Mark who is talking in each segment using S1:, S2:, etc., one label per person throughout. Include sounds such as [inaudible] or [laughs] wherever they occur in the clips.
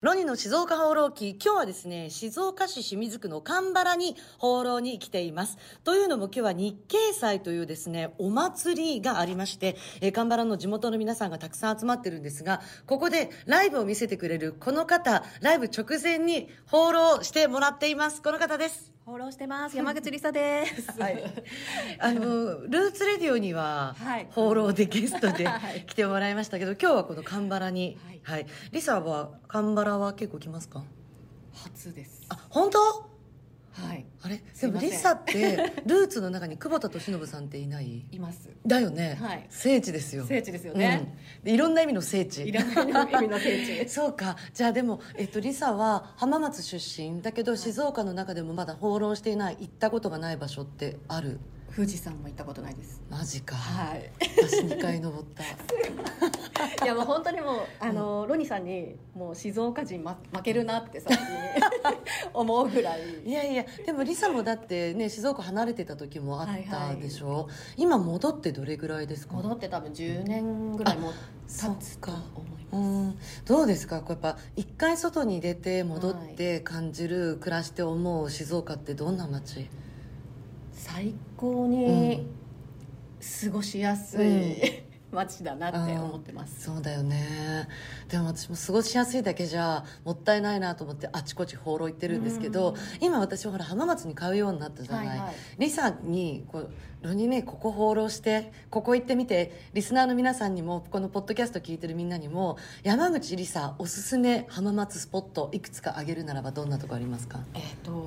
S1: ロニの静岡放浪記、今日はですね、静岡市清水区の神原に放浪に来ています。というのも今日は日経祭というですね、お祭りがありまして、えー、神原の地元の皆さんがたくさん集まってるんですが、ここでライブを見せてくれるこの方、ライブ直前に放浪してもらっています。この方です。
S2: 放浪してます。山口りさ [laughs] です。
S1: はい、 [laughs] あのルーツレディオには
S2: はい
S1: 放浪でゲストで
S2: [laughs] はい
S1: 来てもらいましたけど、今日はこの神原に、
S2: はい
S1: はい、リサは神原は結構来ますか？
S2: 初です。
S1: あ、本当？
S2: はい。
S1: あれ
S2: す
S1: で
S2: い
S1: も
S2: ません
S1: リサってルーツの中に久保田利伸さんっていない？
S2: います。
S1: だよね、
S2: はい
S1: 聖地ですよ
S2: 聖地ですよね、
S1: うんでいろんな意味の聖地
S2: いらない意味の聖地 [laughs] で
S1: [laughs]
S2: す。
S1: そうかじゃあでも、えっと、リサは浜松出身だけど静岡の中でもまだ放浪していない行ったことがない場所ってある
S2: 富士山も行ったことないです。
S1: マジか、
S2: はい。 [laughs]
S1: 私2回登った
S2: いやもう本当にもうあの、ロニさんにもう静岡人、ま、負けるなって [laughs] さ思うぐらい。
S1: いやいやでもリサもだってね静岡離れてた時もあっ
S2: はいは
S1: た
S2: い
S1: でしょ、今戻ってどれぐらいですか
S2: 戻って多分10年ぐらいも
S1: そ
S2: 経
S1: っ
S2: つと
S1: か
S2: 思います。
S1: うん、どうですかこうやっぱ一回外に出て戻って感じる、暮らして思う静岡ってどんな街
S2: 最高
S1: う
S2: に
S1: ん
S2: 過ごしやすい、 [laughs] 街だなって
S1: うん
S2: 思ってます。
S1: そうだよねでも私も過ごしやすいだけじゃもったいないなと思ってあちこち放浪行ってるんですけど、
S2: うん
S1: 今私ほら浜松に買うようになったじゃない、
S2: はいはい
S1: リサにこう「ロニねここ放浪してここ行ってみて」リスナーの皆さんにもこのポッドキャスト聞いてるみんなにも山口リサおすすめ浜松スポットいくつか挙げるならばどんなとこありますか
S2: えっ、と、
S1: ん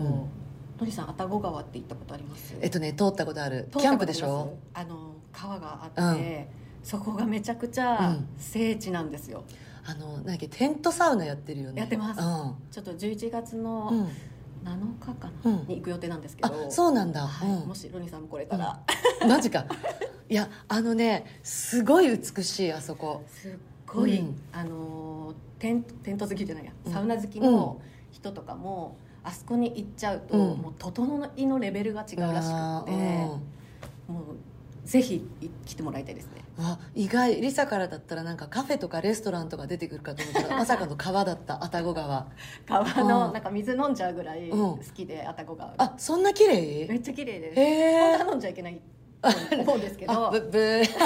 S2: のりさん、愛宕川って行ったことあります。
S1: えっとね通ったことあるキ
S2: 通っ
S1: ャ
S2: た
S1: ンプ
S2: ことあります
S1: でしょ。
S2: あの川があって、そこがめちゃくち
S1: う
S2: ゃ
S1: ん
S2: 聖地なんですよ。
S1: あのなんだっけテントサウナやってるよね
S2: やってます
S1: う
S2: ちょっと11月
S1: ん、う
S2: の
S1: ん、
S2: 7日かな、
S1: うん
S2: に行く予定なんですけ
S1: あ
S2: ど。
S1: そうなんだ、
S2: はい
S1: うん
S2: もしロニさんも来れたら、
S1: [laughs] マジかいやあのねすごい美しいあそこ
S2: すっごい、
S1: うん
S2: あのテンテント好きじゃないや、
S1: うん
S2: サウナ好きの人とかも。あそこに行っちゃうと、
S1: うん
S2: もう整いのレベルが違うらしくて、もうぜひい来てもらいたいですね。
S1: うんあ意外リサからだったらなんかカフェとかレストランとか出てくるかと思
S2: [laughs]
S1: ったらまさかの川だった愛宕川
S2: 川の
S1: うん
S2: なんか水飲んじゃうぐらい
S1: うん
S2: 好きで、愛宕川が。
S1: あそんな綺
S2: め
S1: 麗
S2: っちゃ綺麗です。
S1: へえ
S2: 本当は飲んじゃいけないと思うんですけ
S1: あ
S2: ど
S1: ぶ、ぶー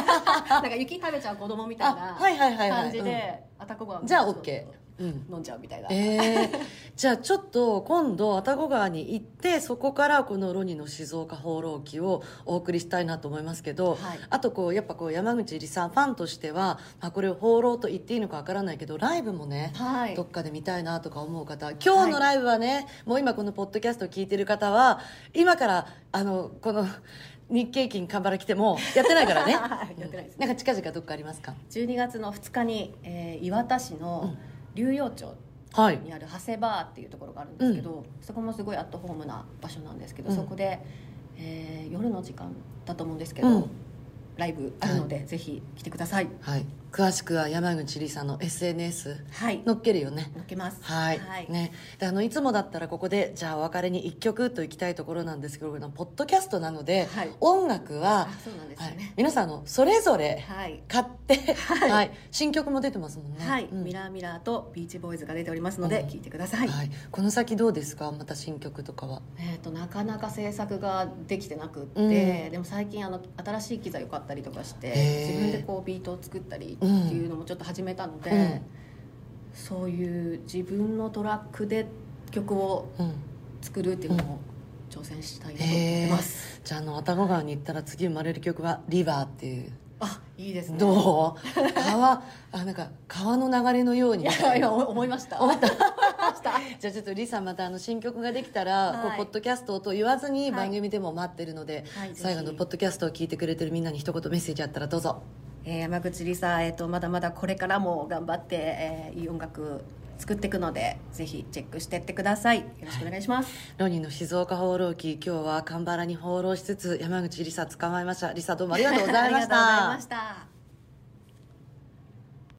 S2: なんか雪食べちゃう子供みたい
S1: あ
S2: な
S1: はいはいはいはい
S2: 感じで、あたこが
S1: うんじゃあ OK うん
S2: 飲んじゃうみたいな。
S1: えー、
S2: [laughs]
S1: じゃあちょっと今度愛宕川に行ってそこからこの「ロニの静岡放浪記」をお送りしたいなと思いますけど、
S2: はい
S1: あとこうやっぱこう山口理さんファンとしては、まあ、これを放浪と言っていいのかわからないけどライブもね、
S2: はい
S1: ど。っかで見たいなとか思う方今日のライブはね、もう今このポッドキャストを聞いてる方は今からあのこの日経金神原来てもやってない
S2: [laughs]
S1: からね
S2: はいやってないです
S1: うんなんか近々どっかありますか
S2: 12月の2日に、えー、岩田市の龍陽町
S1: はい
S2: にある長谷バーっていうところがあるんですけど、そこもすごいアットホームな場所なんですけど、
S1: うん
S2: そこで、えー夜の時間だと思うんですけど、
S1: うん
S2: ライブあるので、ぜひ来てください。
S1: はい、詳しくは山口理さんの SNS
S2: はい。
S1: 乗っけるよね
S2: のっけます。
S1: はい、
S2: はい。
S1: ね、であのいつもだったらここでじゃあお別れに1曲といきたいところなんですけどこのポッドキャストなので、
S2: はい
S1: 音楽は
S2: あ、、そうなんですよ
S1: はい
S2: ね。、
S1: 皆さんあのそれぞれ
S2: はい。
S1: 買って、は
S2: はいい
S1: 新曲も出てますもんね
S2: はい、
S1: うん
S2: ミラーミラーとビーチボーイズが出ておりますので、
S1: うん
S2: 聞いてください、
S1: はいこの先どうですかまた新曲とかは
S2: えー、となかなか制作ができてなくって、
S1: うん
S2: でも最近あの新しい機材を買ったりとかして
S1: へー
S2: 自分でこうビートを作ったりっていうのもちょっと始めたので、
S1: うん
S2: そういう自分のトラックで曲を
S1: うん
S2: 作るっていうのも挑戦したいなと思ってます、
S1: じゃああの愛宕川に行ったら次生まれる曲は「リバー」って
S2: [laughs]
S1: いう
S2: あいいですね
S1: どう川あなんか川の流れのように
S2: い
S1: みた
S2: や
S1: い
S2: い
S1: な
S2: や思いました [laughs] 思いました
S1: じゃあちょっとリサまたあの新曲ができたら、
S2: はい
S1: こうポッドキャストと言わずに
S2: い
S1: 番組でも待ってるので、
S2: はい
S1: 最後
S2: ぜ
S1: の
S2: ひ
S1: ポッドキャストを聞いてくれてるみんなに一言メッセージあったらどうぞ
S2: えー山口りさ、えー、とまだまだこれからも頑張って、えーいい音楽作っていくのでぜひチェックしてってくださいよろしくお願いします、
S1: ロニーの静岡放浪記今日は神原に放浪しつつ山口リサ捕まえましたリサどうもありがとうございました
S2: [laughs] ありがとうございました